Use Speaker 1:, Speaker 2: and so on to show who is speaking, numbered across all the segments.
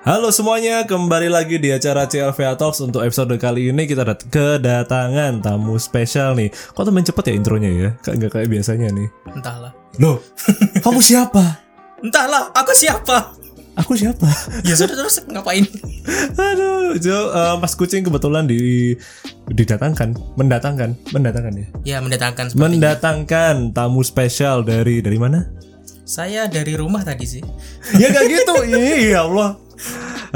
Speaker 1: Halo semuanya, kembali lagi di acara CLVA Talks Untuk episode kali ini kita dat- kedatangan tamu spesial nih Kok temen cepet ya intronya ya? Kayak nggak kayak biasanya nih
Speaker 2: Entahlah.
Speaker 1: Loh, kamu siapa?
Speaker 2: Entahlah, aku siapa?
Speaker 1: Aku siapa?
Speaker 2: Ya sudah terus ngapain?
Speaker 1: Aduh, Jo, eh, Mas Kucing kebetulan di didatangkan, mendatangkan, mendatangkan ya.
Speaker 2: Ya mendatangkan sepertinya.
Speaker 1: Mendatangkan tamu spesial dari dari mana?
Speaker 2: Saya dari rumah tadi sih.
Speaker 1: ya kayak gitu iya Allah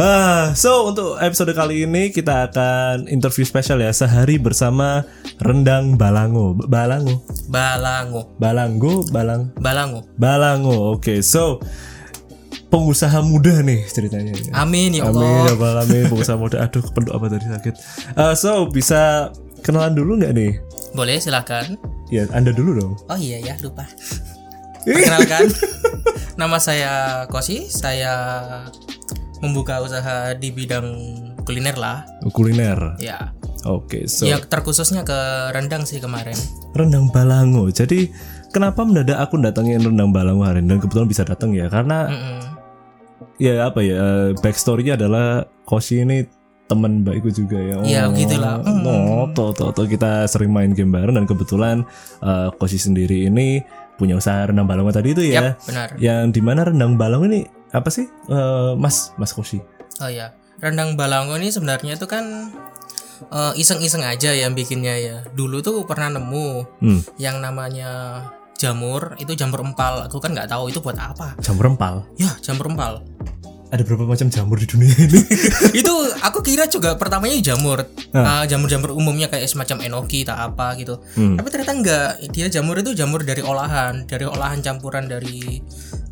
Speaker 1: Ah, so untuk episode kali ini kita akan interview spesial ya sehari bersama rendang balango B- balango
Speaker 2: Balango,
Speaker 1: balanggo balang
Speaker 2: Balango.
Speaker 1: balango oke so pengusaha muda nih ceritanya ya.
Speaker 2: Amin ya
Speaker 1: amin ya
Speaker 2: Allah.
Speaker 1: Allah, amin pengusaha muda aduh kependuk apa tadi sakit Ah, so bisa kenalan dulu nggak nih
Speaker 2: Boleh silakan.
Speaker 1: ya anda dulu dong
Speaker 2: Oh iya ya, lupa. Perkenalkan. Nama saya Kosi, saya membuka usaha di bidang kuliner lah.
Speaker 1: kuliner
Speaker 2: Ya.
Speaker 1: oke so
Speaker 2: Ya terkhususnya ke rendang sih kemarin.
Speaker 1: rendang balango. Jadi kenapa mendadak aku datangin rendang balango hari ini dan kebetulan bisa datang ya karena
Speaker 2: Mm-mm.
Speaker 1: ya apa ya eh, backstorynya adalah Koshi ini teman baikku juga ya.
Speaker 2: Iya, gitulah. Hmm.
Speaker 1: Oh, toh, toh, toh, kita sering main game bareng dan kebetulan eh, Koshi sendiri ini punya usaha rendang balango tadi itu ya.
Speaker 2: Yap, benar.
Speaker 1: Yang dimana rendang balango ini apa sih Eh, Mas Mas Koshi?
Speaker 2: Oh ya, rendang balango ini sebenarnya itu kan eh, iseng-iseng aja yang bikinnya ya. Dulu tuh pernah nemu
Speaker 1: Hmm,
Speaker 2: yang namanya jamur, itu jamur empal. Aku kan nggak tahu itu buat apa.
Speaker 1: jamur empal.
Speaker 2: Ya, jamur empal.
Speaker 1: Ada berapa macam jamur di dunia ini?
Speaker 2: itu aku kira juga pertamanya jamur. Eh, jamur-jamur umumnya kayak semacam enoki tak apa gitu.
Speaker 1: Hmm.
Speaker 2: Tapi ternyata enggak. Dia jamur itu jamur dari olahan, dari olahan campuran dari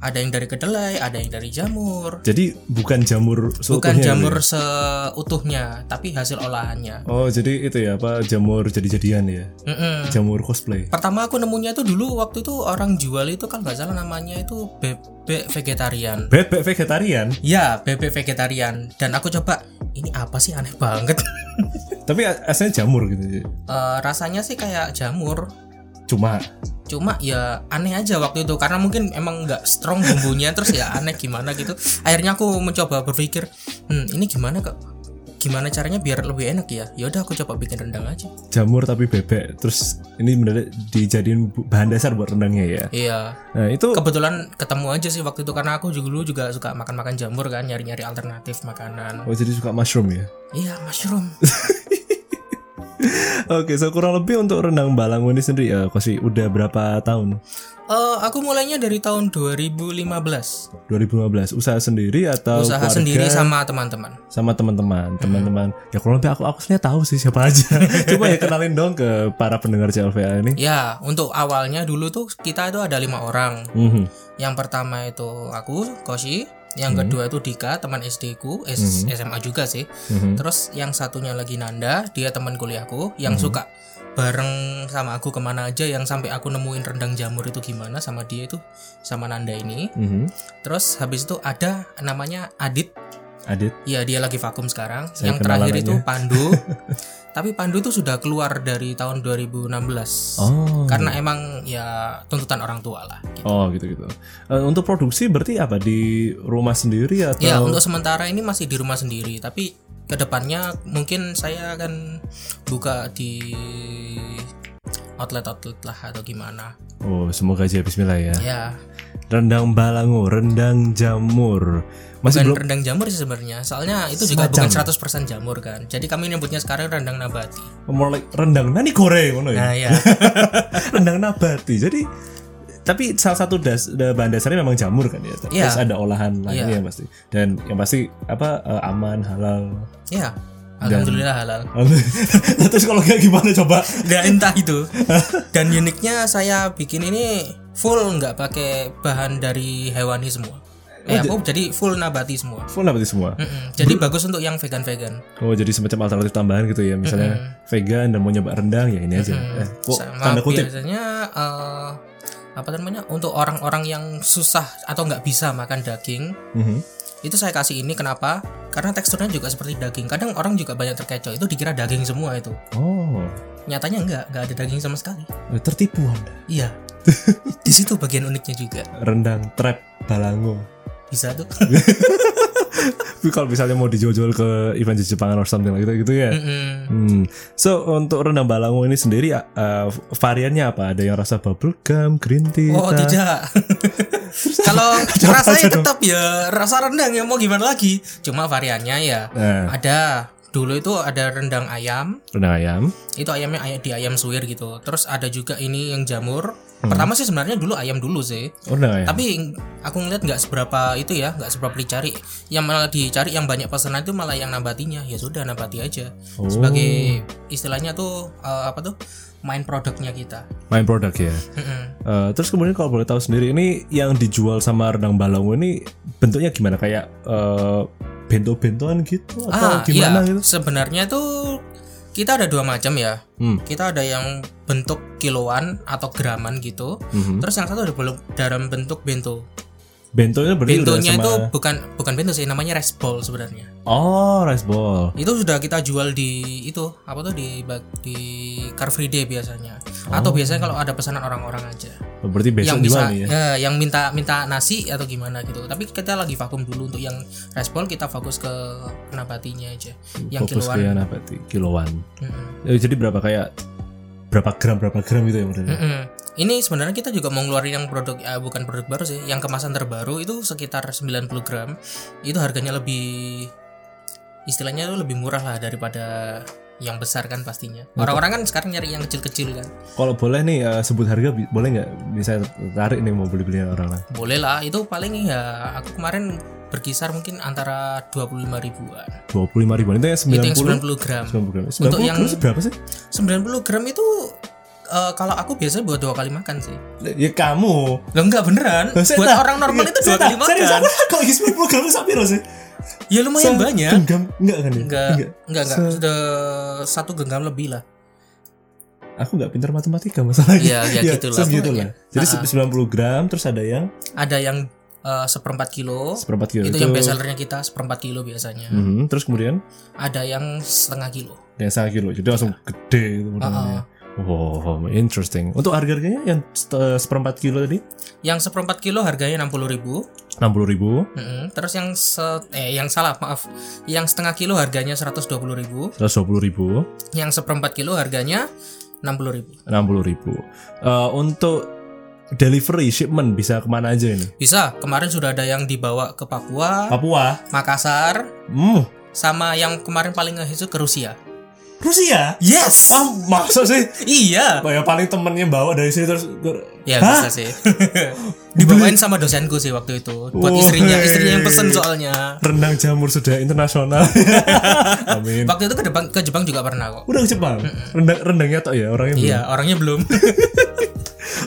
Speaker 2: ada yang dari kedelai, ada yang dari jamur.
Speaker 1: Jadi bukan jamur
Speaker 2: Bukan
Speaker 1: seutuhnya gitu
Speaker 2: jamur
Speaker 1: ya?
Speaker 2: seutuhnya, tapi hasil olahannya.
Speaker 1: Oh jadi itu ya apa jamur jadi-jadian ya
Speaker 2: Mm-mm.
Speaker 1: jamur cosplay.
Speaker 2: Pertama aku nemunya itu dulu waktu itu orang jual itu kalau nggak salah namanya itu bebek vegetarian.
Speaker 1: Bebek vegetarian
Speaker 2: Ya, bebek vegetarian. Dan aku coba ini apa sih aneh banget.
Speaker 1: tapi a- asalnya jamur gitu.
Speaker 2: Eh, rasanya sih kayak jamur.
Speaker 1: Cuma
Speaker 2: Cuma ya aneh aja waktu itu karena mungkin emang nggak strong bumbunya terus ya aneh gimana gitu. Akhirnya aku mencoba berpikir, hmm ini gimana kok? Gimana caranya biar lebih enak ya? Ya udah aku coba bikin rendang aja.
Speaker 1: jamur tapi bebek terus ini mendadak dijadiin bu- bahan dasar buat rendangnya ya.
Speaker 2: Iya.
Speaker 1: Nah itu
Speaker 2: Kebetulan ketemu aja sih waktu itu karena aku juga dulu juga suka makan-makan jamur kan, nyari-nyari alternatif makanan.
Speaker 1: oh jadi suka mushroom ya.
Speaker 2: Iya mushroom.
Speaker 1: Oke so kurang lebih untuk rendang balango ini sendiri ya Kosi udah berapa tahun?
Speaker 2: Eh, aku mulainya dari tahun 2015
Speaker 1: 2015 usaha sendiri atau
Speaker 2: usaha
Speaker 1: keluarga
Speaker 2: sendiri sama teman-teman.
Speaker 1: sama teman-teman teman-teman ya kurang lebih aku aku sebenarnya tahu sih siapa aja coba ya kenalin dong ke para pendengar CLVA ini
Speaker 2: Ya untuk awalnya dulu tuh kita itu ada lima orang.
Speaker 1: Mhm.
Speaker 2: Yang pertama itu aku Koshi, yang kedua itu Dika teman SD ku, S- SMA juga sih.
Speaker 1: Mhm.
Speaker 2: Terus yang satunya lagi Nanda, dia teman kuliahku yang
Speaker 1: Hmm.
Speaker 2: suka bareng sama aku kemana aja yang sampai aku nemuin rendang jamur itu gimana sama dia itu sama Nanda ini.
Speaker 1: Mhm.
Speaker 2: Terus habis itu ada namanya Adit
Speaker 1: Adit
Speaker 2: Iya dia lagi vakum sekarang.
Speaker 1: Saya
Speaker 2: yang
Speaker 1: kenal
Speaker 2: terakhir itu
Speaker 1: namanya.
Speaker 2: Pandu. Tapi Pandu itu sudah keluar dari tahun 2016.
Speaker 1: oh
Speaker 2: Karena emang ya tuntutan orang tua lah. Gitu.
Speaker 1: Oh gitu gitu. Eh, untuk produksi berarti apa di rumah sendiri atau?
Speaker 2: Ya untuk sementara ini masih di rumah sendiri. Tapi kedepannya mungkin saya akan buka di outlet-outlet lah atau gimana.
Speaker 1: Oh semoga aja Bismillah ya.
Speaker 2: Ya
Speaker 1: Rendang balango, rendang jamur. Masih
Speaker 2: bukan
Speaker 1: belum.
Speaker 2: rendang jamur sih sebenarnya. Soalnya itu juga
Speaker 1: Semacam.
Speaker 2: bukan 100% jamur kan. Jadi kami nyebutnya sekarang rendang nabati.
Speaker 1: More like rendang nani goreng, ngono ya.
Speaker 2: Nah ya
Speaker 1: rendang nabati. Jadi tapi salah satu das, da- bahan dasarnya memang jamur kan ya.
Speaker 2: Iya.
Speaker 1: Terus ada olahan lainnya pasti. Dan yang pasti apa eh, aman halal.
Speaker 2: ya alhamdulillah halal.
Speaker 1: Terus kalau kayak gimana coba?
Speaker 2: Nggak entah itu. Dan uniknya saya bikin ini full nggak pakai bahan dari hewani semua. Eh,
Speaker 1: Oh,
Speaker 2: aku jadi full nabati semua.
Speaker 1: Full nabati semua.
Speaker 2: Mm-mm. Jadi bagus untuk yang vegan-vegan.
Speaker 1: Oh jadi semacam alternatif tambahan gitu ya misalnya vegan dan mau nyoba rendang ya ini aja. Eh, kok
Speaker 2: Sama
Speaker 1: tanda kutip
Speaker 2: biasanya eh, apa namanya? Untuk orang-orang yang susah atau nggak bisa makan daging,
Speaker 1: Mhm.
Speaker 2: itu saya kasih ini kenapa? Karena teksturnya juga seperti daging. Kadang orang juga banyak terkecoh, itu dikira daging semua itu.
Speaker 1: Oh eh,
Speaker 2: Nyatanya nggak, nggak ada daging sama sekali.
Speaker 1: tertipu anda
Speaker 2: Iya. Di situ bagian uniknya juga.
Speaker 1: rendang trap balango.
Speaker 2: bisa tuh
Speaker 1: Tapi kalau misalnya mau dijual-jual ke event di Jepang or something like that gitu ya.
Speaker 2: Mm-mm.
Speaker 1: Hmm. So untuk rendang balango ini sendiri eh, variannya apa? Ada yang rasa bubble gum, green tea,
Speaker 2: oh
Speaker 1: teh?
Speaker 2: tidak kalau
Speaker 1: apa aja
Speaker 2: rasanya
Speaker 1: dong?
Speaker 2: tetap ya rasa rendang ya mau gimana lagi cuma variannya ya
Speaker 1: Eh,
Speaker 2: ada dulu itu ada rendang ayam
Speaker 1: rendang ayam.
Speaker 2: itu ayamnya ayam di ayam suwir gitu terus ada juga ini yang jamur
Speaker 1: Hmm.
Speaker 2: pertama sih sebenarnya dulu ayam dulu sih
Speaker 1: Oh, rendang ayam.
Speaker 2: tapi ng- aku ngeliat nggak seberapa itu ya nggak seberapa dicari yang malah dicari yang banyak pesanan itu malah yang nambatinya ya sudah nambati aja
Speaker 1: Oh.
Speaker 2: sebagai istilahnya tuh eh, apa tuh main produknya kita
Speaker 1: Main produk ya.
Speaker 2: Mm-mm.
Speaker 1: Eh, terus kemudian kalau boleh tahu sendiri ini yang dijual sama rendang balango ini bentuknya gimana? Kayak eh, bento-bentoan gitu atau
Speaker 2: ah
Speaker 1: gimana
Speaker 2: iya
Speaker 1: gitu?
Speaker 2: sebenarnya tuh kita ada dua macam ya
Speaker 1: Hmm.
Speaker 2: kita ada yang bentuk kiloan atau graman gitu
Speaker 1: mhm.
Speaker 2: terus yang satu ada belum dalam bentuk bento
Speaker 1: Bentonya berarti udah
Speaker 2: bentonya
Speaker 1: sama.
Speaker 2: itu bukan bukan bento sih namanya rice ball sebenarnya
Speaker 1: Oh, rice ball.
Speaker 2: itu sudah kita jual di itu apa tuh di bag- di Car Free Day biasanya atau biasanya kalau ada pesanan orang-orang aja
Speaker 1: Berarti
Speaker 2: yang
Speaker 1: Oh. besok
Speaker 2: bisa
Speaker 1: gimana ya?
Speaker 2: eh, yang minta minta nasi atau gimana gitu tapi kita lagi vakum dulu untuk yang respon kita fokus ke nabatinya aja yang
Speaker 1: Fokus
Speaker 2: kiloan
Speaker 1: ke yang apa? Ti? Kiloan.
Speaker 2: Mm-mm.
Speaker 1: Eh, jadi berapa kayak berapa gram berapa gram gitu ya berarti?
Speaker 2: Mm-mm. ini sebenarnya kita juga mau ngeluarin yang produk eh, bukan produk baru sih yang kemasan terbaru itu sekitar 90 gram itu harganya lebih istilahnya itu lebih murah lah daripada yang besar kan pastinya orang-orang kan sekarang nyari yang kecil-kecil kan
Speaker 1: Kalau boleh nih eh, sebut harga bi- boleh nggak? Misalnya tarik nih mau beli beliin orang lah.
Speaker 2: Boleh lah, itu paling ya aku kemarin berkisar mungkin antara 25 ribuan.
Speaker 1: Dua puluh lima ribuan itu yang
Speaker 2: Itu
Speaker 1: sembilan
Speaker 2: yang
Speaker 1: puluh.
Speaker 2: 90 gram.
Speaker 1: Sembilan puluh gram.
Speaker 2: Untuk
Speaker 1: Sembilan
Speaker 2: yang-
Speaker 1: puluh gram berapa sih?
Speaker 2: 90 gram itu eh, kalau aku biasanya buat dua kali makan sih.
Speaker 1: Ya kamu.
Speaker 2: Loh enggak beneran.
Speaker 1: Loh, saya
Speaker 2: buat
Speaker 1: tak-
Speaker 2: orang normal itu dua
Speaker 1: saya tak-
Speaker 2: kali makan.
Speaker 1: Iya, Serius aku kok sembilan puluh gram sampai sih?
Speaker 2: Ya lumayan banyak.
Speaker 1: Genggam enggak kan ya?
Speaker 2: Enggak, enggak, enggak. Sudah satu genggam lebih lah.
Speaker 1: Aku enggak pintar matematika masalahnya.
Speaker 2: Iya, ya, gitu lah.
Speaker 1: segitu
Speaker 2: Pokoknya.
Speaker 1: lah. Jadi
Speaker 2: Ah, ah.
Speaker 1: 90 gram terus ada yang
Speaker 2: Ada yang eh, seperempat kilo.
Speaker 1: seperempat kilo.
Speaker 2: Itu yang best sellernya kita seperempat kilo biasanya.
Speaker 1: Mhm, terus kemudian
Speaker 2: Ada yang setengah kilo.
Speaker 1: yang setengah kilo jadi langsung gede gitu modelnya wow interesting untuk harga harganya yang set- eh, seperempat kilo tadi
Speaker 2: Yang seperempat kilo harganya 60.000 ribu.
Speaker 1: enam puluh ribu
Speaker 2: Mm-mm. Terus yang se- eh yang salah maaf, yang setengah kilo harganya 120.000,
Speaker 1: seratus dua puluh ribu
Speaker 2: yang seperempat kilo harganya 60.000.
Speaker 1: enam puluh ribu Eh, untuk delivery shipment bisa kemana aja ini
Speaker 2: Bisa, kemarin sudah ada yang dibawa ke Papua,
Speaker 1: Papua
Speaker 2: Makassar,
Speaker 1: hmm
Speaker 2: sama yang kemarin paling ngehits itu ke Rusia.
Speaker 1: Rusia
Speaker 2: Yes.
Speaker 1: ah maksud sih
Speaker 2: Iya.
Speaker 1: ya paling temennya bawa dari sini terus
Speaker 2: Ya
Speaker 1: Hah?
Speaker 2: bisa sih. Dibawain sama dosenku sih waktu itu. Buat
Speaker 1: Woi.
Speaker 2: istrinya, istrinya yang pesen soalnya.
Speaker 1: rendang jamur sudah internasional amin
Speaker 2: Waktu itu ke Jepang, ke Jepang juga pernah kok.
Speaker 1: udah ke Jepang rendang rendangnya tok ya orangnya belum?
Speaker 2: Iya, orangnya belum.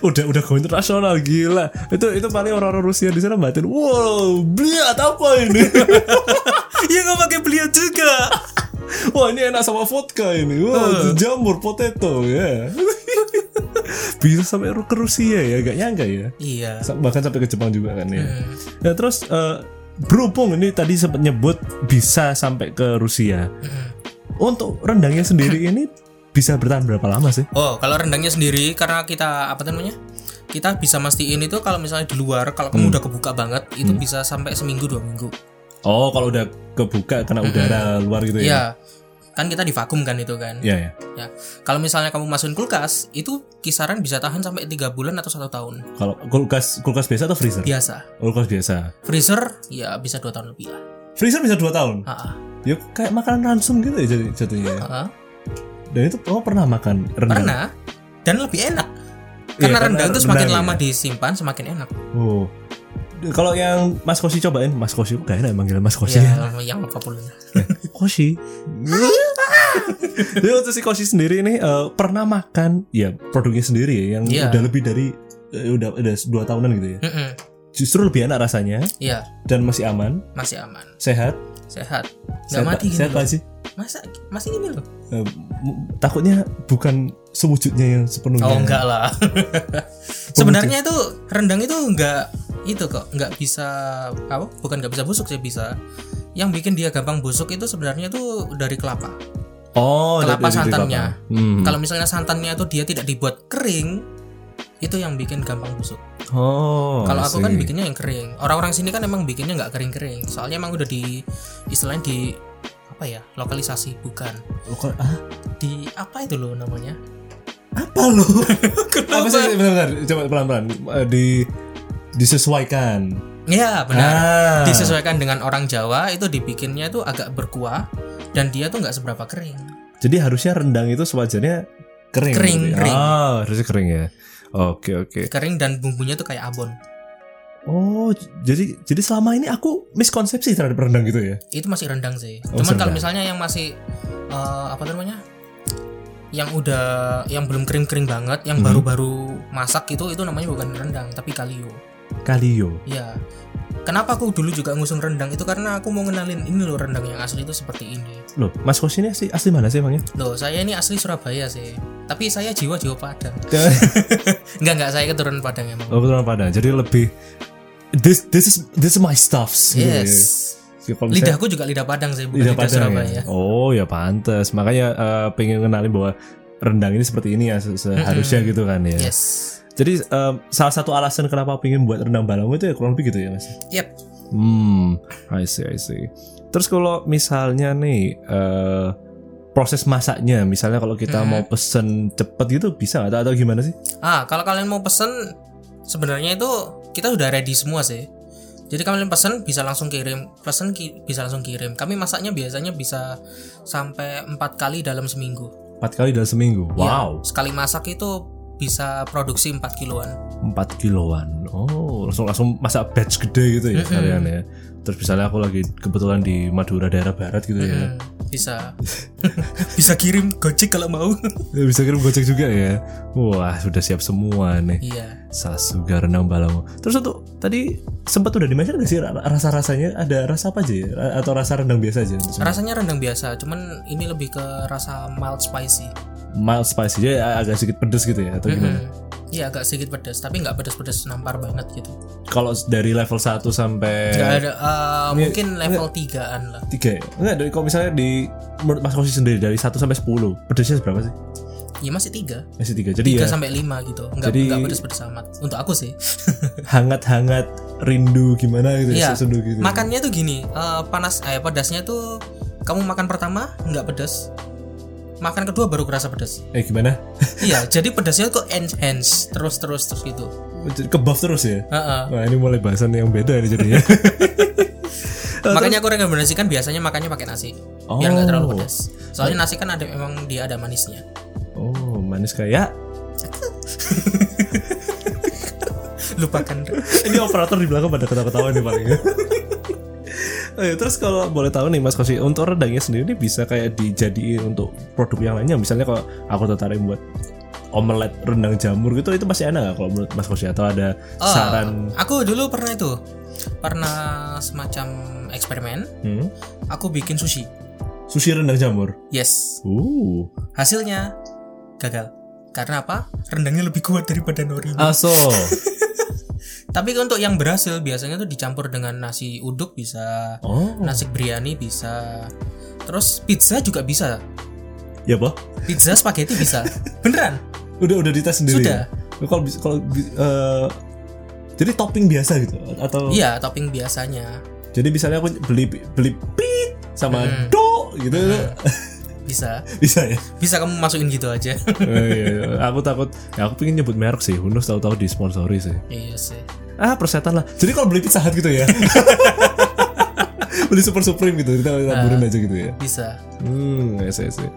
Speaker 1: udah udah go internasional gila itu itu paling orang-orang Rusia di sana batin wow beliat apa ini
Speaker 2: Iya nggak pakai beliau juga.
Speaker 1: wah ini enak sama vodka ini wah jamur potato ya bisa sampai ru- ke Rusia ya gak nyangka ya
Speaker 2: Iya.
Speaker 1: Sa- bahkan sampai ke Jepang juga kan ya nah terus eh, berhubung ini tadi sempat nyebut bisa sampai ke Rusia
Speaker 2: Iya.
Speaker 1: untuk rendangnya sendiri ini bisa bertahan berapa lama sih
Speaker 2: Oh, kalau rendangnya sendiri karena kita apa namanya? Kita bisa mastiin itu kalau misalnya di luar, kalau
Speaker 1: Hmm.
Speaker 2: kamu udah kebuka banget, itu bisa sampai seminggu dua minggu.
Speaker 1: oh kalau udah kebuka kena udara luar gitu ya
Speaker 2: Iya. Kan kita divakum kan itu kan.
Speaker 1: Iya, ya.
Speaker 2: Ya. Kalau misalnya kamu masukin kulkas, itu kisaran bisa tahan sampai tiga bulan atau satu tahun.
Speaker 1: Kalau kulkas kulkas biasa atau
Speaker 2: Iya.
Speaker 1: freezer?
Speaker 2: Biasa.
Speaker 1: Kulkas biasa.
Speaker 2: Freezer ya bisa dua tahun lebih lah.
Speaker 1: Freezer bisa 2 tahun.
Speaker 2: Ha-ha.
Speaker 1: Ya kayak makanan ransum gitu ya jadi jatuhnya. ya.
Speaker 2: Ha-ha.
Speaker 1: Dan itu kamu pernah makan rendang?
Speaker 2: Pernah dan lebih enak.
Speaker 1: Iya,
Speaker 2: Karena rendang itu semakin
Speaker 1: rendang
Speaker 2: lama
Speaker 1: ya.
Speaker 2: disimpan semakin enak.
Speaker 1: Oh. Kalau yang Mas Kosi cobain, Mas Kosi kok gak enak manggil Mas Kosi. ya?
Speaker 2: Ya, yang apapun.
Speaker 1: Kosi. Jadi untuk Ya, si Kosi sendiri ini eh, pernah makan ya produknya sendiri ya yang
Speaker 2: Iya.
Speaker 1: udah lebih dari eh, udah udah 2 tahunan gitu ya.
Speaker 2: Mm-mm.
Speaker 1: Justru lebih enak rasanya
Speaker 2: Iya,
Speaker 1: dan masih aman,
Speaker 2: masih aman,
Speaker 1: sehat.
Speaker 2: sehat. Nggak
Speaker 1: sehat,
Speaker 2: mati gini
Speaker 1: sehat Pak
Speaker 2: loh.
Speaker 1: Haji.
Speaker 2: Masa masih gini loh.
Speaker 1: Eh, m- takutnya bukan sewujudnya yang sepenuhnya.
Speaker 2: Oh enggak lah. Sebenarnya itu rendang itu enggak itu kok enggak bisa apa? Bukan enggak bisa busuk sih bisa. Yang bikin dia gampang busuk itu sebenarnya itu dari kelapa.
Speaker 1: Oh,
Speaker 2: Kelapa
Speaker 1: dari- dari
Speaker 2: santannya.
Speaker 1: kelapa. Hmm.
Speaker 2: Kalau misalnya santannya itu dia tidak dibuat kering, itu yang bikin gampang busuk
Speaker 1: Oh.
Speaker 2: kalau
Speaker 1: I
Speaker 2: aku kan
Speaker 1: see.
Speaker 2: bikinnya yang kering orang-orang sini kan emang bikinnya nggak kering-kering soalnya emang udah di istilahnya di apa ya lokalisasi bukan
Speaker 1: Lo kok- ah,
Speaker 2: di apa itu loh namanya
Speaker 1: apa lo? apa sih? Bentar, bentar. Coba pelan-pelan Eh, di disesuaikan.
Speaker 2: ya benar
Speaker 1: Ah.
Speaker 2: disesuaikan dengan orang Jawa itu dibikinnya tuh agak berkuah dan dia tuh nggak seberapa kering
Speaker 1: Jadi harusnya rendang itu sewajarnya kering.
Speaker 2: Kering,
Speaker 1: gitu ya?
Speaker 2: kering.
Speaker 1: Ah, harusnya kering ya. Oke, oke.
Speaker 2: kering dan bumbunya tuh kayak abon
Speaker 1: Oh, j- jadi jadi selama ini aku miskonsepsi terhadap rendang gitu ya.
Speaker 2: itu masih rendang sih
Speaker 1: Oh,
Speaker 2: cuman kalau
Speaker 1: rendang.
Speaker 2: misalnya yang masih eh, apa namanya yang udah yang belum kering-kering banget yang
Speaker 1: Mhm.
Speaker 2: baru-baru masak itu itu namanya bukan rendang tapi kalio
Speaker 1: Kalio.
Speaker 2: ya kenapa aku dulu juga ngusung rendang itu karena aku mau ngenalin ini loh rendang yang asli itu seperti ini
Speaker 1: Loh, Mas Kos ini asli, asli mana sih emangnya?
Speaker 2: loh saya ini asli Surabaya sih tapi saya jiwa jiwa Padang nggak nggak saya keturunan Padang emang
Speaker 1: oh, keturunan Padang. Jadi lebih this this is this is my stuffs gitu ya.
Speaker 2: yes
Speaker 1: Ya, kalau misalnya-
Speaker 2: lidahku juga lidah Padang sih bukan
Speaker 1: lidah
Speaker 2: lidah,
Speaker 1: Padang
Speaker 2: Surabaya
Speaker 1: ya. Oh, ya pantas. Makanya eh, pengen kenalin bahwa rendang ini seperti ini ya se- seharusnya
Speaker 2: Mm-mm.
Speaker 1: gitu kan ya.
Speaker 2: yes
Speaker 1: Jadi eh, salah satu alasan kenapa pengen buat rendang balangu itu ya kurang lebih gitu ya, Mas.
Speaker 2: yep
Speaker 1: Hmm, I see, I see. Terus kalau misalnya nih eh proses masaknya, misalnya kalau kita
Speaker 2: Hmm.
Speaker 1: mau pesen cepet gitu bisa nggak? atau, atau gimana sih?
Speaker 2: Ah, kalau kalian mau pesen, sebenarnya itu kita sudah ready semua sih. Jadi kalian pesen bisa langsung kirim, pesen ki- bisa langsung kirim. Kami masaknya biasanya bisa sampai empat kali dalam seminggu.
Speaker 1: Empat kali dalam seminggu. Wow,
Speaker 2: Ya, sekali masak itu bisa produksi 4 kiloan.
Speaker 1: empat kiloan. Oh, langsung langsung masak batch gede gitu ya
Speaker 2: Mm-mm.
Speaker 1: kalian ya. Terus misalnya aku lagi kebetulan di Madura daerah barat gitu ya.
Speaker 2: Mm, bisa bisa kirim gojek kalau mau.
Speaker 1: Ya, Bisa kirim gojek juga ya. Wah, sudah siap semua nih.
Speaker 2: Iya.
Speaker 1: Sasuga renang balangu. Terus untuk tadi sempat udah dimention nggak sih rasa rasanya ada rasa apa aja ya? Ra- atau rasa rendang biasa aja? untuk semua?
Speaker 2: Rasanya rendang biasa, cuman ini lebih ke rasa mild spicy.
Speaker 1: mild spicy jadi ag- agak sedikit pedes gitu ya atau gimana?
Speaker 2: Mm-mm. Iya agak sedikit pedas, tapi nggak pedas-pedas nampar banget gitu.
Speaker 1: Kalau dari level 1 sampai
Speaker 2: Nggak ada, eh,
Speaker 1: ini-
Speaker 2: mungkin level 3-an lah.
Speaker 1: 3 ya? Enggak, dari kalau misalnya di menurut Mas Kosi sendiri dari 1 sampai 10, pedesnya berapa sih?
Speaker 2: Iya masih tiga,
Speaker 1: Masih 3. Jadi
Speaker 2: tiga
Speaker 1: ya
Speaker 2: sampai lima gitu, nggak
Speaker 1: Jadi-
Speaker 2: nggak pedes pedes amat. Untuk aku sih,
Speaker 1: hangat-hangat rindu gimana gitu ya,
Speaker 2: Iya.
Speaker 1: sesendu gitu.
Speaker 2: makannya tuh gini, eh, panas, eh pedasnya tuh kamu makan pertama nggak pedes, makan kedua baru kerasa pedes.
Speaker 1: Eh gimana?
Speaker 2: iya, jadi pedasnya tuh enhance terus terus terus gitu.
Speaker 1: Kebuff terus ya?
Speaker 2: Heeh.
Speaker 1: Wah, ini mulai bahasan yang beda ini jadinya.
Speaker 2: Makanya aku rekomendasikan biasanya makannya pakai nasi, biar nggak
Speaker 1: Oh.
Speaker 2: terlalu pedas. Soalnya nasi kan ada emang dia ada manisnya.
Speaker 1: oh, manis kayak
Speaker 2: Lupakan.
Speaker 1: ini operator di belakang pada ketawa-ketawa nih paling Eh, terus kalau boleh tahu nih Mas Kosi, untuk rendangnya sendiri ini bisa kayak dijadiin untuk produk yang lainnya. Misalnya kalau aku tertarik buat omelet rendang jamur gitu, itu masih enak nggak kalau menurut Mas Kosi atau ada
Speaker 2: Oh,
Speaker 1: saran?
Speaker 2: Aku dulu pernah itu, pernah semacam eksperimen.
Speaker 1: Hmm?
Speaker 2: Aku bikin sushi.
Speaker 1: Sushi rendang jamur.
Speaker 2: Yes.
Speaker 1: Uh,
Speaker 2: Hasilnya gagal. Karena apa? Rendangnya lebih kuat daripada nori.
Speaker 1: aso.
Speaker 2: Tapi untuk yang berhasil biasanya tuh dicampur dengan nasi uduk bisa,
Speaker 1: Oh,
Speaker 2: nasi biryani bisa. Terus pizza juga bisa.
Speaker 1: ya boh.
Speaker 2: Pizza spaghetti bisa. Beneran?
Speaker 1: Udah udah dites sendiri.
Speaker 2: Sudah.
Speaker 1: ya? Kalau bis- kalau bi- eh, jadi topping biasa gitu atau
Speaker 2: Iya, topping biasanya
Speaker 1: jadi misalnya aku beli beli pit sama
Speaker 2: Hmm.
Speaker 1: do gitu
Speaker 2: bisa.
Speaker 1: bisa ya?
Speaker 2: Bisa kamu masukin gitu aja.
Speaker 1: Eh, iya, iya. aku takut ya aku pengen nyebut merek sih Hunus tahu-tahu disponsori sih
Speaker 2: iya sih.
Speaker 1: ah persetan lah jadi kalau beli pizza hut gitu ya beli super supreme gitu kita taburin
Speaker 2: Ah.
Speaker 1: aja gitu ya
Speaker 2: Bisa.
Speaker 1: hmm ya sih, ya sih.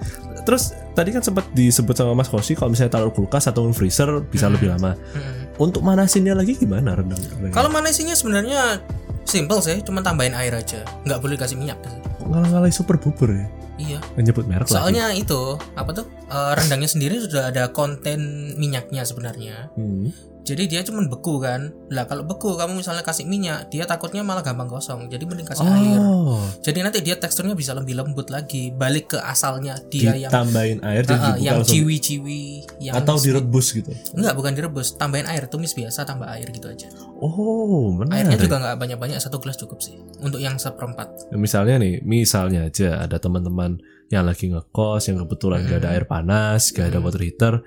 Speaker 1: terus tadi kan sempat disebut sama Mas Kosi kalau misalnya taruh kulkas atau freezer bisa lebih lama
Speaker 2: Mm-mm.
Speaker 1: untuk manasinnya lagi gimana rendang
Speaker 2: Kalau mana isinya sebenarnya simple sih, cuma tambahin air aja. Nggak boleh kasih minyak.
Speaker 1: ngalah-ngalahin super bubur ya
Speaker 2: Iya.
Speaker 1: nyebut merek lagi
Speaker 2: Soalnya itu apa tuh eh, rendangnya sendiri sudah ada konten minyaknya sebenarnya.
Speaker 1: Hmm.
Speaker 2: Jadi dia cuma beku kan. Lah kalau beku kamu misalnya kasih minyak, dia takutnya malah gampang gosong. Jadi mending kasih air.
Speaker 1: oh
Speaker 2: Jadi nanti dia teksturnya bisa lebih lembut lagi. Balik ke asalnya dia Iya, yang
Speaker 1: ditambahin air jadi
Speaker 2: Ah, ah,
Speaker 1: dibuka
Speaker 2: yang
Speaker 1: langsung
Speaker 2: ciwi-ciwi yang
Speaker 1: atau direbus gitu
Speaker 2: enggak bukan direbus, tambahin air, tumis biasa tambah air gitu aja.
Speaker 1: oh menarik
Speaker 2: Airnya juga nggak banyak-banyak, satu gelas cukup sih. Untuk yang seperempat.
Speaker 1: Ya, misalnya nih misalnya aja
Speaker 2: Hmm.
Speaker 1: ada teman-teman yang lagi ngekos yang kebetulan gak ada air panas gak ada water heater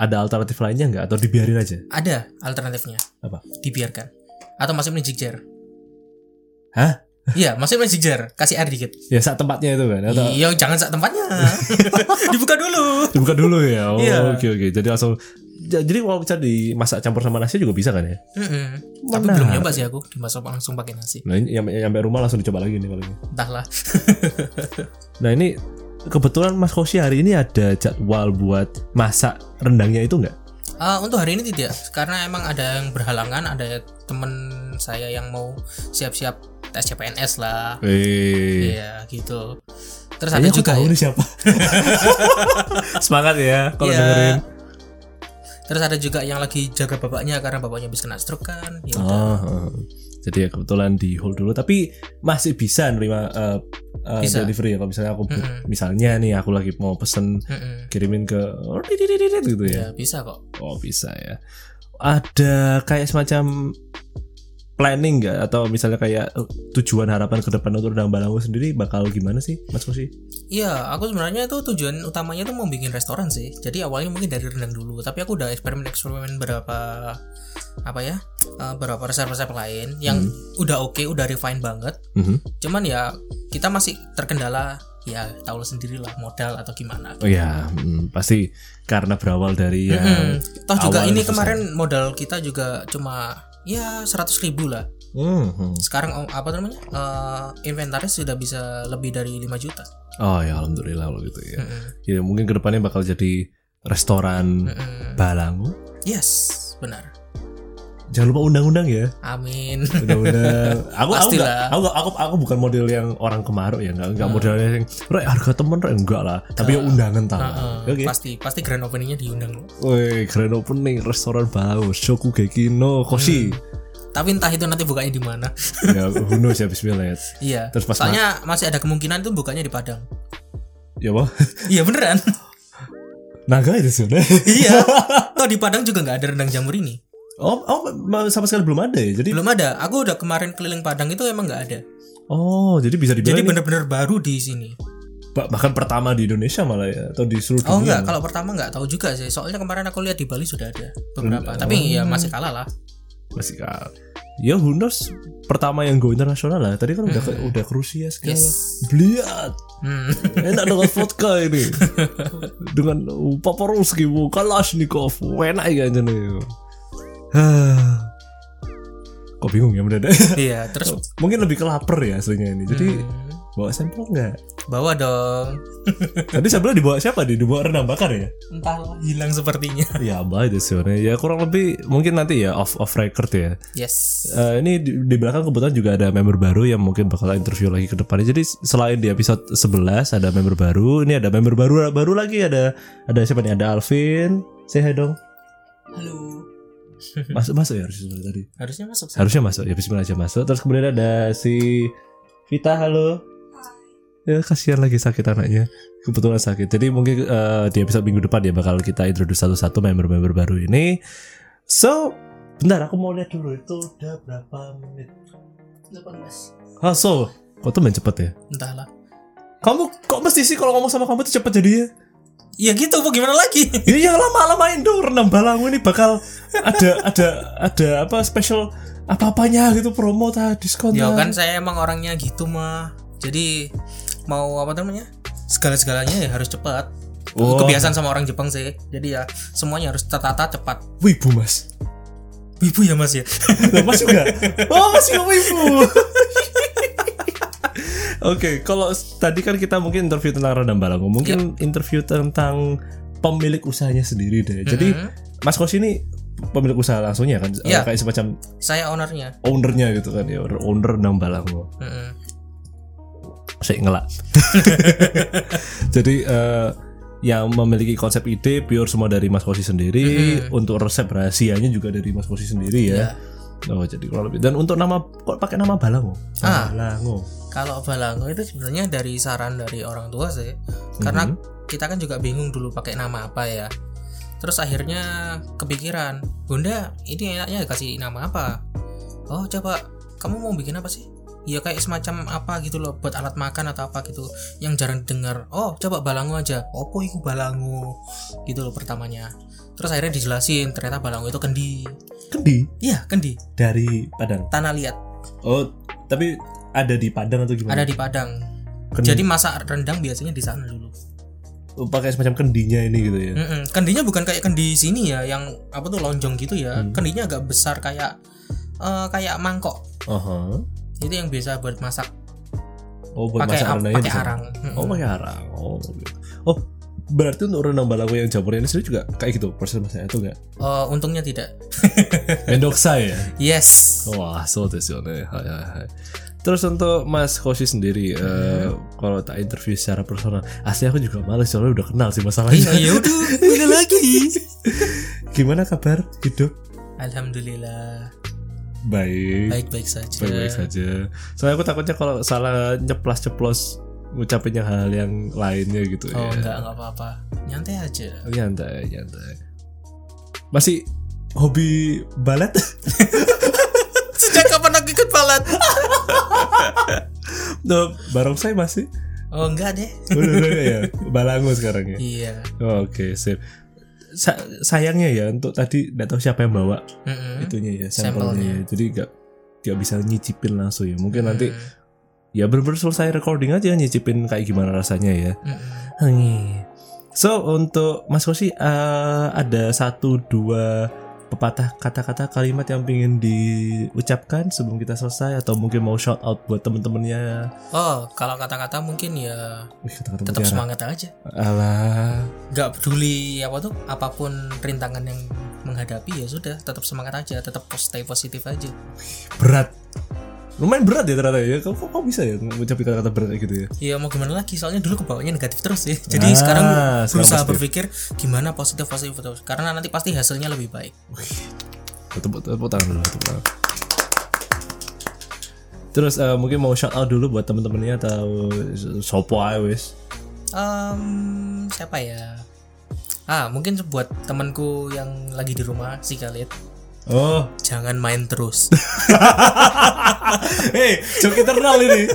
Speaker 1: ada alternatif lainnya nggak atau dibiarin aja
Speaker 2: Ada alternatifnya.
Speaker 1: Apa?
Speaker 2: Dibiarkan. Atau masukin magic jar.
Speaker 1: Hah?
Speaker 2: Iya, masukin magic jar. Kasih air dikit.
Speaker 1: ya saat tempatnya itu kan atau
Speaker 2: Iya, jangan saat tempatnya. Dibuka dulu.
Speaker 1: dibuka dulu ya oh,
Speaker 2: Iya.
Speaker 1: oke oke jadi langsung ja- jadi kalau bisa dimasak campur sama nasi juga bisa kan ya
Speaker 2: Mm-mm. Tapi
Speaker 1: Menarik.
Speaker 2: belum nyoba sih aku dimasak langsung pakai nasi.
Speaker 1: nah ini nyampe, nyampe rumah langsung dicoba lagi nih kalau ini
Speaker 2: Entahlah.
Speaker 1: nah ini kebetulan Mas Kosi hari ini ada jadwal buat masak rendangnya itu nggak
Speaker 2: Eh, untuk hari ini tidak, karena emang ada yang berhalangan, ada temen saya yang mau siap-siap tes CPNS lah.
Speaker 1: eh
Speaker 2: Iya, gitu. Terus ada
Speaker 1: Kayaknya aku
Speaker 2: juga
Speaker 1: tahu
Speaker 2: ya-
Speaker 1: nih siapa semangat ya kalau
Speaker 2: Iya.
Speaker 1: dengerin
Speaker 2: Terus ada juga yang lagi jaga bapaknya karena bapaknya habis kena stroke kan. Ya udah.
Speaker 1: Oh, oh. jadi ya kebetulan di hold dulu, tapi masih bisa nerima eh, eh,
Speaker 2: Bisa.
Speaker 1: delivery ya. Kalau misalnya aku, bu-
Speaker 2: Mm-mm.
Speaker 1: misalnya nih aku lagi mau pesen
Speaker 2: Mm-mm.
Speaker 1: kirimin ke gitu ya.
Speaker 2: Ya, bisa kok.
Speaker 1: Oh bisa ya. Ada kayak semacam planning nggak atau misalnya kayak eh, tujuan harapan ke depan untuk rendang Balangu sendiri bakal gimana sih, Mas Musi?
Speaker 2: Iya, aku sebenarnya itu tujuan utamanya tuh mau bikin restoran sih. Jadi awalnya mungkin dari rendang dulu, tapi aku udah eksperimen-eksperimen berapa apa ya? eh, berapa resep-resep lain yang
Speaker 1: Hmm.
Speaker 2: udah oke, udah refine banget.
Speaker 1: Mhm.
Speaker 2: Cuman ya kita masih terkendala ya tahu lo sendirilah modal atau gimana.
Speaker 1: Oh ya, mm, pasti karena berawal dari ya.
Speaker 2: Mm-mm. Hmm, Toh juga
Speaker 1: awal
Speaker 2: ini
Speaker 1: itu susah.
Speaker 2: kemarin modal kita juga cuma ya 100.000 ribu lah.
Speaker 1: Mhm.
Speaker 2: sekarang om- apa namanya eh, inventaris sudah bisa lebih dari 5 juta Hmm,
Speaker 1: Oh ya, alhamdulillah kalau gitu ya.
Speaker 2: Mm-mm.
Speaker 1: Ya mungkin kedepannya bakal jadi restoran
Speaker 2: Mm. Mm-mm.
Speaker 1: Balangu.
Speaker 2: hmm, yes benar
Speaker 1: Jangan lupa undang-undang ya.
Speaker 2: amin
Speaker 1: Undang-undang. aku aku,
Speaker 2: Pastilah. Ah.
Speaker 1: nggak- aku aku aku bukan model yang orang kemaruk ya, enggak enggak modelnya yang "Rek, harga temen rek enggak lah, tapi ya undangan
Speaker 2: Ah,
Speaker 1: tau.
Speaker 2: Heeh,
Speaker 1: Oke.
Speaker 2: pasti pasti grand openingnya diundang loh
Speaker 1: Woi, keren opening restoran Balangu, Shokugeki no Koshi.
Speaker 2: tapi entah itu nanti bukanya di mana
Speaker 1: ya, who knows ya bismillah. ya.
Speaker 2: iya
Speaker 1: Terus pas
Speaker 2: soalnya masih ada kemungkinan itu bukanya di Padang
Speaker 1: Ya apa?
Speaker 2: iya beneran
Speaker 1: Naga itu sudah.
Speaker 2: iya toh di Padang juga nggak ada rendang jamur ini
Speaker 1: Oh, oh, ma- sama sekali belum ada ya. Jadi
Speaker 2: belum ada aku udah kemarin keliling Padang itu emang nggak ada
Speaker 1: oh, jadi bisa dibilang
Speaker 2: jadi
Speaker 1: ini
Speaker 2: bener-bener baru di sini
Speaker 1: bah- bahkan pertama di Indonesia malah ya atau di seluruh
Speaker 2: oh
Speaker 1: dunia.
Speaker 2: enggak kalau pertama nggak tahu juga sih soalnya kemarin aku lihat di Bali sudah ada beberapa tapi ya masih kalah lah
Speaker 1: masih kal ya who knows pertama yang go internasional lah tadi kan udah ke, udah ke Rusia segala
Speaker 2: Yes.
Speaker 1: Bliat
Speaker 2: Hmm.
Speaker 1: enak dengan vodka ini dengan uh, Paparovsky Kalashnikov enak ya aja nih Hah. kok bingung ya mendadak
Speaker 2: Iya, terus
Speaker 1: mungkin lebih ke lapar ya aslinya ini jadi
Speaker 2: hmm,
Speaker 1: bawa sampel nggak
Speaker 2: bawa dong.
Speaker 1: tadi sampelnya dibawa siapa di dibawa rendang bakar ya
Speaker 2: Entahlah, hilang sepertinya.
Speaker 1: ya baik itu sebenarnya ya kurang lebih mungkin nanti ya off off record ya
Speaker 2: Yes.
Speaker 1: Eh, ini di, di belakang kebetulan juga ada member baru yang mungkin bakal interview lagi ke depannya. Jadi selain di episode 11 ada member baru, ini ada member baru baru lagi ada ada siapa nih? Ada Alvin. Say hi dong.
Speaker 2: Halo.
Speaker 1: Masuk masuk ya harusnya sebenarnya tadi.
Speaker 2: Harusnya masuk sih.
Speaker 1: Harusnya masuk. Ya bismillah aja masuk. Terus kemudian ada si Vita, halo. Ya kasihan lagi sakit anaknya. Kebetulan sakit. Jadi mungkin eh, di episode minggu depan ya bakal kita introduce satu-satu member-member baru ini. So, bentar aku mau lihat dulu itu udah berapa menit.
Speaker 2: 18.
Speaker 1: Ah, so, kok tuh main cepet ya?
Speaker 2: Entahlah.
Speaker 1: Kamu kok mesti sih kalau ngomong sama kamu tuh cepet jadinya?
Speaker 2: Ya gitu, mau gimana lagi?
Speaker 1: ya yang lama-lamain dong renang balangu ini bakal ada ada ada apa special apa-apanya gitu promo ta diskon
Speaker 2: ya
Speaker 1: ta.
Speaker 2: kan saya emang orangnya gitu mah. Jadi mau apa namanya? Segala-segalanya ya harus cepat.
Speaker 1: Oh.
Speaker 2: Kebiasaan sama orang Jepang sih. Jadi ya semuanya harus tertata cepat.
Speaker 1: Wibu mas.
Speaker 2: Ibu ya Mas ya.
Speaker 1: Lah, mas juga. Oh mas juga wibu. Oke, kalau s- tadi kan kita mungkin interview tentang renang balangu, mungkin
Speaker 2: Ya.
Speaker 1: interview tentang pemilik usahanya sendiri deh. Jadi
Speaker 2: Mhm.
Speaker 1: Mas Kos ini pemilik usaha langsungnya kan,
Speaker 2: Iya.
Speaker 1: kayak semacam
Speaker 2: saya ownernya.
Speaker 1: ownernya gitu kan ya, owner- owner renang balangu.
Speaker 2: Mhm.
Speaker 1: saya ngelak. Jadi eh, yang memiliki konsep ide pure semua dari Mas Kosi sendiri,
Speaker 2: Mm-hmm.
Speaker 1: untuk resep rahasianya juga dari Mas Kosi sendiri ya.
Speaker 2: Ya.
Speaker 1: Oh, jadi kurang lebih. Dan untuk nama kok pakai nama Balango?
Speaker 2: Ah.
Speaker 1: Balango.
Speaker 2: Kalau Balango itu sebenarnya dari saran dari orang tua sih. Karena kita kan juga bingung dulu pakai nama apa ya. Terus akhirnya kepikiran, "Bunda, ini enaknya kasih nama apa?" "Oh, coba kamu mau bikin apa sih?" Ya kayak semacam apa gitu loh buat alat makan atau apa gitu yang jarang dengar. "Oh, coba Balango aja." "Opo iku Balango?" Gitu loh pertamanya. terus akhirnya dijelasin ternyata balango itu kendi
Speaker 1: Kendi
Speaker 2: iya kendi
Speaker 1: dari Padang.
Speaker 2: tanah liat
Speaker 1: Oh, tapi ada di Padang atau gimana?
Speaker 2: ada di Padang
Speaker 1: Kendi.
Speaker 2: jadi masak rendang biasanya di sana dulu
Speaker 1: Oh, pakai semacam kendinya ini gitu ya.
Speaker 2: Mm-mm. kendinya bukan kayak kendi sini ya yang apa tuh lonjong gitu ya
Speaker 1: Mm-hmm.
Speaker 2: kendinya agak besar kayak eh, kayak mangkok
Speaker 1: Aha.
Speaker 2: itu yang biasa buat masak
Speaker 1: Oh, buat
Speaker 2: pakai
Speaker 1: masak
Speaker 2: ap-
Speaker 1: rendangnya
Speaker 2: pakai
Speaker 1: di sana.
Speaker 2: arang Mm-mm.
Speaker 1: Oh, pakai arang. Oh, gitu. oh berarti untuk rendang balako yang jamurnya ini sendiri juga kayak gitu proses masaknya itu enggak?
Speaker 2: Eh, untungnya tidak
Speaker 1: Endoksa ya.
Speaker 2: yes
Speaker 1: わあそうですよねはいはいはい Terus untuk Mas Koshi sendiri, eh,
Speaker 2: Hmm.
Speaker 1: kalau tak interview secara personal, asli aku juga males soalnya udah kenal sih
Speaker 2: iya
Speaker 1: masalahnya.
Speaker 2: yaudah beda lagi
Speaker 1: Gimana kabar? Hidup?
Speaker 2: alhamdulillah
Speaker 1: Baik,
Speaker 2: baik baik saja
Speaker 1: baik-baik saja. Soalnya aku takutnya kalau salah nyeplas-ceplos ngucapinnya hal yang lainnya gitu
Speaker 2: oh
Speaker 1: ya.
Speaker 2: enggak enggak apa-apa nyantai aja
Speaker 1: Nyantai, nyantai. Masih hobi balet?
Speaker 2: sejak kapan aku ikut balat
Speaker 1: No, bareng saya masih.
Speaker 2: oh enggak deh
Speaker 1: Udah, udah, udah, ya. Balangu sekarang ya.
Speaker 2: iya
Speaker 1: Oke, sip. Sa- sayangnya ya untuk tadi nggak tahu siapa yang bawa
Speaker 2: Mm-mm.
Speaker 1: itunya ya
Speaker 2: Sampelnya.
Speaker 1: sampelnya, ya. jadi nggak nggak bisa nyicipin langsung ya. Mungkin nanti
Speaker 2: Mm.
Speaker 1: ya bener-bener selesai recording aja nyicipin kayak gimana rasanya ya.
Speaker 2: Mm-mm.
Speaker 1: Hei. So untuk Mas Kosi eh, ada satu dua pepatah kata-kata kalimat yang pingin diucapkan sebelum kita selesai atau mungkin mau shout out buat temen-temennya.
Speaker 2: oh kalau kata-kata mungkin ya
Speaker 1: Wih, kata-kata
Speaker 2: tetap
Speaker 1: mutiara.
Speaker 2: semangat aja
Speaker 1: Alah.
Speaker 2: nggak peduli apa tuh apapun rintangan yang menghadapi ya sudah tetap semangat aja tetap stay positif aja
Speaker 1: berat lumayan berat ya ternyata ya kok, kok bisa ya ngucapin kata-kata berat kayak gitu ya
Speaker 2: ya mau gimana lagi soalnya dulu kebawanya negatif terus ya
Speaker 1: Ah,
Speaker 2: jadi sekarang
Speaker 1: sekarang
Speaker 2: berusaha
Speaker 1: positif.
Speaker 2: berpikir gimana positif positif terus karena nanti pasti hasilnya lebih baik
Speaker 1: tepuk, tepuk tangan dulu tepuk tangan terus eh, mungkin mau shout out dulu buat temen-temennya atau sopo ae wis
Speaker 2: Em, siapa ya ah mungkin buat temanku yang lagi di rumah si Khalid
Speaker 1: oh
Speaker 2: jangan main terus
Speaker 1: hei joke internal ini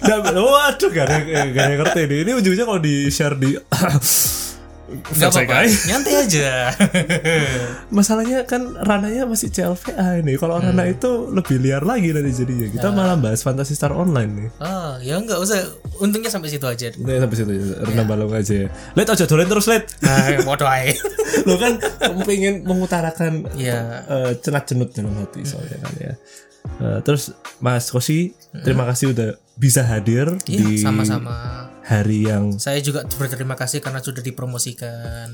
Speaker 1: Nggak- waduh gak ada gak ada yang ngerti ini ini ujungnya kalau di share di
Speaker 2: nggak
Speaker 1: Saya kai.
Speaker 2: apa-apa nyantai aja
Speaker 1: masalahnya kan rananya masih CLVA ini kalau ranah itu lebih liar lagi nanti jadinya kita malah bahas Fantasy Star Online nih
Speaker 2: oh ya nggak usah untungnya sampai situ aja
Speaker 1: Udah sampai situ ya, renang balong aja ya. Let aja dolen terus let.
Speaker 2: nah bodoh aja
Speaker 1: Lo kan pengen mengutarakan
Speaker 2: ya
Speaker 1: eh, cenat cenut dalam hati soalnya kan ya. Eh, terus Mas Kosi, terima kasih udah bisa hadir
Speaker 2: Iya,
Speaker 1: di
Speaker 2: sama-sama.
Speaker 1: hari yang
Speaker 2: Saya juga berterima kasih karena sudah dipromosikan.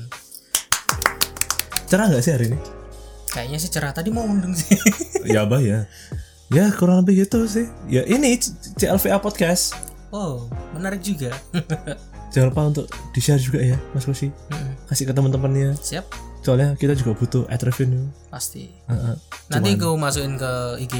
Speaker 1: cerah nggak sih hari ini?
Speaker 2: Kayaknya sih cerah tadi mau undang sih.
Speaker 1: ya bah ya. Ya kurang lebih gitu sih. Ya ini C- CLVA podcast.
Speaker 2: Oh, menarik juga.
Speaker 1: Jangan lupa untuk di share juga ya Mas Kosi.
Speaker 2: Mm-mm.
Speaker 1: Kasih ke teman-temannya.
Speaker 2: Siap,
Speaker 1: Soalnya kita juga butuh ad revenue.
Speaker 2: pasti.
Speaker 1: Heeh.
Speaker 2: Nanti gue masukin ke IG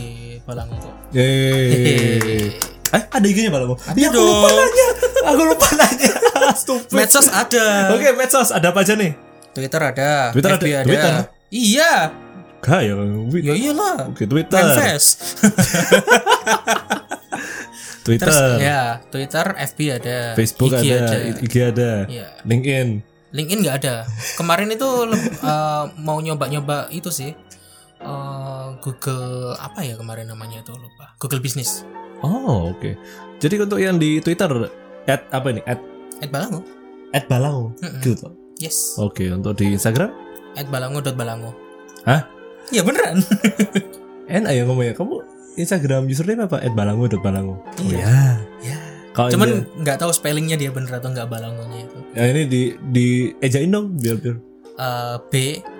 Speaker 2: Balang kok.
Speaker 1: Yeay. Eh, ada IG-nya Pak Lomo? Iya, aku
Speaker 2: dong.
Speaker 1: lupa nanya. Aku lupa nanya. Stupid.
Speaker 2: Medsos ada.
Speaker 1: Oke, medsos ada apa aja nih?
Speaker 2: Twitter ada.
Speaker 1: Twitter ada.
Speaker 2: FB
Speaker 1: Twitter.
Speaker 2: Iya.
Speaker 1: Gak ya,
Speaker 2: Ya iyalah.
Speaker 1: Oke, Twitter.
Speaker 2: Fanfest.
Speaker 1: Twitter,
Speaker 2: Terus ya, Twitter, FB ada.
Speaker 1: Facebook
Speaker 2: IG
Speaker 1: ada, IG ada,
Speaker 2: Iya.
Speaker 1: LinkedIn.
Speaker 2: LinkedIn nggak ada. Kemarin itu leb- eh, mau nyoba-nyoba itu sih. Eh, Google apa ya kemarin namanya itu lupa. Google Business.
Speaker 1: Oh, oke. Jadi untuk yang di Twitter at apa ini? At
Speaker 2: At Balango.
Speaker 1: at Balango.
Speaker 2: Mm-mm.
Speaker 1: Gitu. Oke,
Speaker 2: Yes.
Speaker 1: untuk di Instagram
Speaker 2: At balango.balango.
Speaker 1: Hah?
Speaker 2: Ya beneran.
Speaker 1: enak ya ngomongnya. Kamu Instagram username apa? At Balango. Balango. Oh
Speaker 2: Iya.
Speaker 1: ya.
Speaker 2: ya.
Speaker 1: Kalau ini-
Speaker 2: Cuman nggak tahu spellingnya dia bener atau nggak balangonya itu.
Speaker 1: ya ini di di ejain dong biar biar
Speaker 2: Eh, B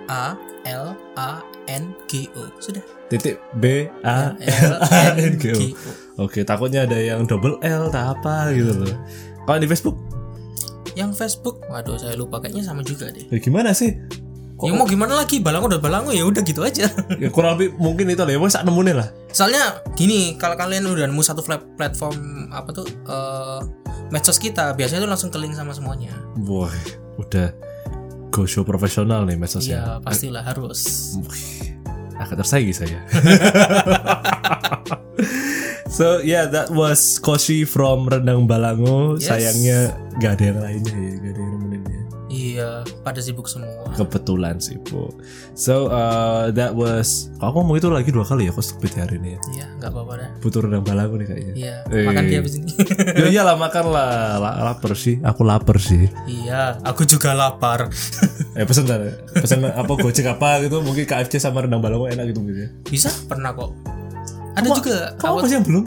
Speaker 2: A L A N G O. Sudah.
Speaker 1: titik B A
Speaker 2: L
Speaker 1: A, N, G, O.
Speaker 2: G O.
Speaker 1: Oke, takutnya ada yang double L tak apa gitu loh. Kalau di Facebook,
Speaker 2: Yang Facebook, waduh saya lupa kayaknya sama juga deh.
Speaker 1: ya gimana sih? Kok-
Speaker 2: Ya mau gimana lagi balango.balango ya udah gitu aja.
Speaker 1: ya kurang lebih mungkin itu lah ya, wes sak nemunya lah.
Speaker 2: Soalnya gini, kalau kalian udah nemu satu plat- platform apa tuh eh medsos kita, biasanya tuh langsung ke link sama semuanya.
Speaker 1: Wah, udah go show profesional nih ya. medsosnya.
Speaker 2: Iya, pastilah harus.
Speaker 1: Hmm. Wih, Agak tersaingi saya. so yeah, that was Koshi from Rendang Balango.
Speaker 2: Yes.
Speaker 1: Sayangnya gak ada yang lainnya ya, gak ada yang nemenin ya.
Speaker 2: Iya, iya pada sibuk semua
Speaker 1: kebetulan sih bu so uh, that was aku ngomong itu lagi dua kali ya kok stupid hari ini ya
Speaker 2: iya nggak apa-apa dah
Speaker 1: butuh rendang balaku nih kayaknya
Speaker 2: iya
Speaker 1: Eh.
Speaker 2: makan dia habis ini
Speaker 1: ya iyalah makan lah La- lapar sih aku lapar sih
Speaker 2: iya aku juga lapar
Speaker 1: eh pesen ntar ya. pesen apa gojek apa gitu mungkin KFC sama rendang balaku enak gitu mungkin ya
Speaker 2: bisa pernah kok ada juga
Speaker 1: kamu
Speaker 2: awal-
Speaker 1: apa sih yang belum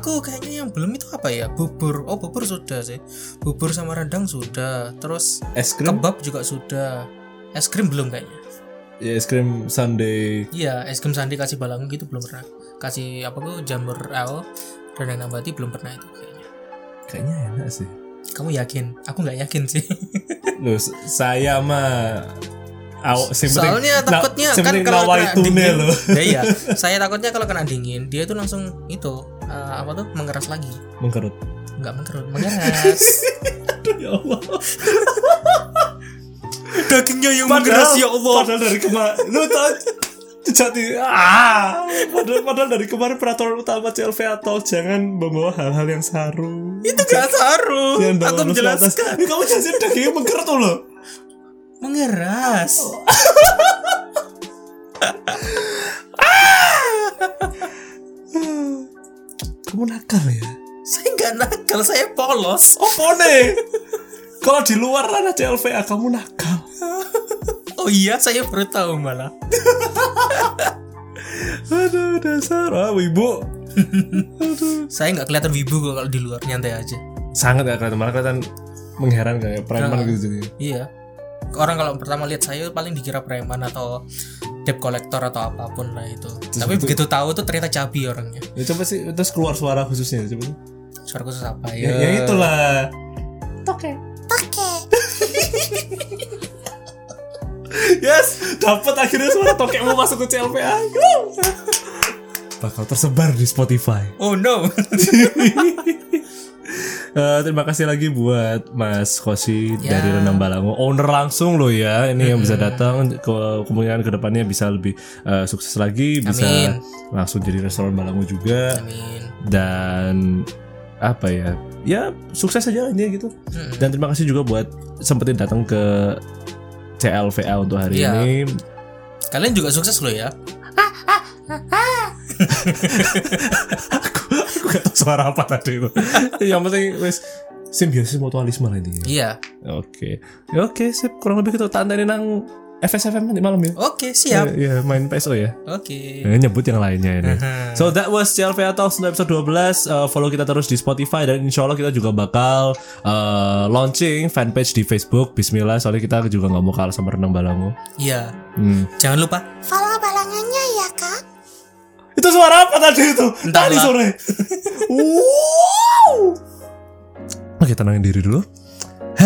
Speaker 2: Aku kayaknya yang belum itu apa ya? Bubur. Oh, bubur sudah sih. Bubur sama rendang sudah. Terus
Speaker 1: es krim
Speaker 2: kebab juga sudah. Es krim belum kayaknya.
Speaker 1: ya es krim sundae
Speaker 2: Iya, es krim sandi kasih balangu gitu belum pernah. Kasih apa tuh jamur L rendang nabati belum pernah itu kayaknya.
Speaker 1: kayaknya enak sih
Speaker 2: Kamu yakin? Aku nggak yakin sih.
Speaker 1: Loh, s- saya mah aw, sing penting-
Speaker 2: Soalnya
Speaker 1: na-
Speaker 2: takutnya
Speaker 1: sing
Speaker 2: kan
Speaker 1: penting
Speaker 2: kalau
Speaker 1: nawai
Speaker 2: kena
Speaker 1: tune
Speaker 2: dingin.
Speaker 1: loh.
Speaker 2: Ya, iya, saya takutnya kalau kena dingin dia itu langsung itu eh, apa tuh mengeras lagi.
Speaker 1: Mengkerut.
Speaker 2: Nggak mengerut, mengeras.
Speaker 1: Aduh ya Allah.
Speaker 2: Dagingnya yang
Speaker 1: ya
Speaker 2: ya
Speaker 1: Padahal dari kemarin lu tau sejati ah padahal, padahal dari kemarin peraturan utama CLV atau jangan membawa hal-hal yang saru.
Speaker 2: Itu gak saru.
Speaker 1: Jangan bawa
Speaker 2: Aku
Speaker 1: nus ke atas.
Speaker 2: menjelaskan.
Speaker 1: Ini kamu jelasin dagingnya mengkerut loh.
Speaker 2: Mengeras.
Speaker 1: Kamu nakal ya.
Speaker 2: Saya nggak nakal, saya polos.
Speaker 1: Opone. Kalau di luar ranah CLVA kamu nakal.
Speaker 2: Oh iya, saya baru tahu malah.
Speaker 1: Aduh dasar ah ibu.
Speaker 2: Saya nggak kelihatan wibu kok kalau di luar nyantai aja.
Speaker 1: Sangat gak kelihatan malah kelihatan mengherankan ya preman
Speaker 2: Nah.
Speaker 1: gitu jadinya.
Speaker 2: Iya. Orang kalau pertama lihat saya paling dikira preman atau debt collector atau apapun lah itu. Tapi
Speaker 1: betul.
Speaker 2: begitu tahu tuh ternyata cabi orangnya.
Speaker 1: Ya coba sih terus keluar suara khususnya coba sih.
Speaker 2: Suara khusus apa
Speaker 1: Ya,
Speaker 2: ya?
Speaker 1: ya itulah. Toke. Toke. yes, dapat akhirnya suara tokekmu masuk ke CLPA. Bakal tersebar di Spotify.
Speaker 2: Oh no.
Speaker 1: Eh, terima kasih lagi buat Mas Kosi
Speaker 2: Ya.
Speaker 1: dari Renang Balango, owner langsung loh ya. Ini yang bisa datang ke kemungkinan kedepannya bisa lebih eh, sukses lagi, bisa
Speaker 2: Amin.
Speaker 1: langsung jadi restoran Balango juga
Speaker 2: Amin.
Speaker 1: dan apa ya, ya sukses aja aja gitu.
Speaker 2: Mm-mm.
Speaker 1: Dan terima kasih juga buat sempetin datang ke CLVA untuk hari
Speaker 2: Iya.
Speaker 1: ini.
Speaker 2: Kalian juga sukses loh ya.
Speaker 1: Aku gak tahu suara apa tadi itu. yang penting wes simbiosis mutualisme lah intinya.
Speaker 2: Iya.
Speaker 1: Oke, Ya, oke, sip. Kurang lebih kita tandain nang FSFM nanti malam ya.
Speaker 2: Oke, siap.
Speaker 1: Ya, ya, main PSO ya.
Speaker 2: Oke.
Speaker 1: Ya, nyebut yang lainnya ini. So that was CLV Talks untuk episode 12 Uh, Follow kita terus di Spotify Dan insya Allah kita juga bakal uh, Launching fanpage di Facebook Bismillah soalnya kita juga nggak mau kalah sama Renang Balangu
Speaker 2: Iya.
Speaker 1: Hmm.
Speaker 2: Jangan lupa
Speaker 3: Fala balangannya ya kak
Speaker 1: Itu suara apa tadi itu?
Speaker 2: Entahlah.
Speaker 1: Tadi sore. wow. Oke, tenangin diri dulu.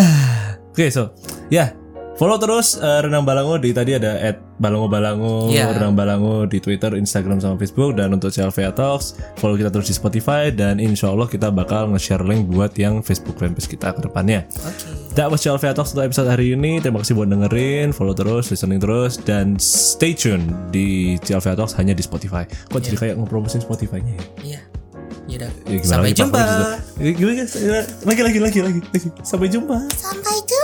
Speaker 1: Oke, so ya. Follow terus eh, Renang Balango di tadi ada at Balango Balango,
Speaker 2: Iya.
Speaker 1: Renang Balango di Twitter, Instagram sama Facebook dan untuk CLVA Talks follow kita terus di Spotify dan insya Allah kita bakal nge-share link buat yang Facebook fanpage kita ke depannya.
Speaker 2: Oke.
Speaker 1: That was CLVA Talks untuk episode hari ini. Terima kasih buat dengerin, follow terus, listening terus, dan stay tune di CLVA Talks hanya di Spotify. Kok jadi kayak ngepromosin Spotify-nya ya?
Speaker 2: Iya. Yaudah.
Speaker 1: Ya, gimana
Speaker 2: Sampai
Speaker 1: lagi, Pak?
Speaker 2: jumpa.
Speaker 1: Ya, Gimana, gimana? lagi, lagi, lagi, lagi. Sampai jumpa.
Speaker 3: sampai jumpa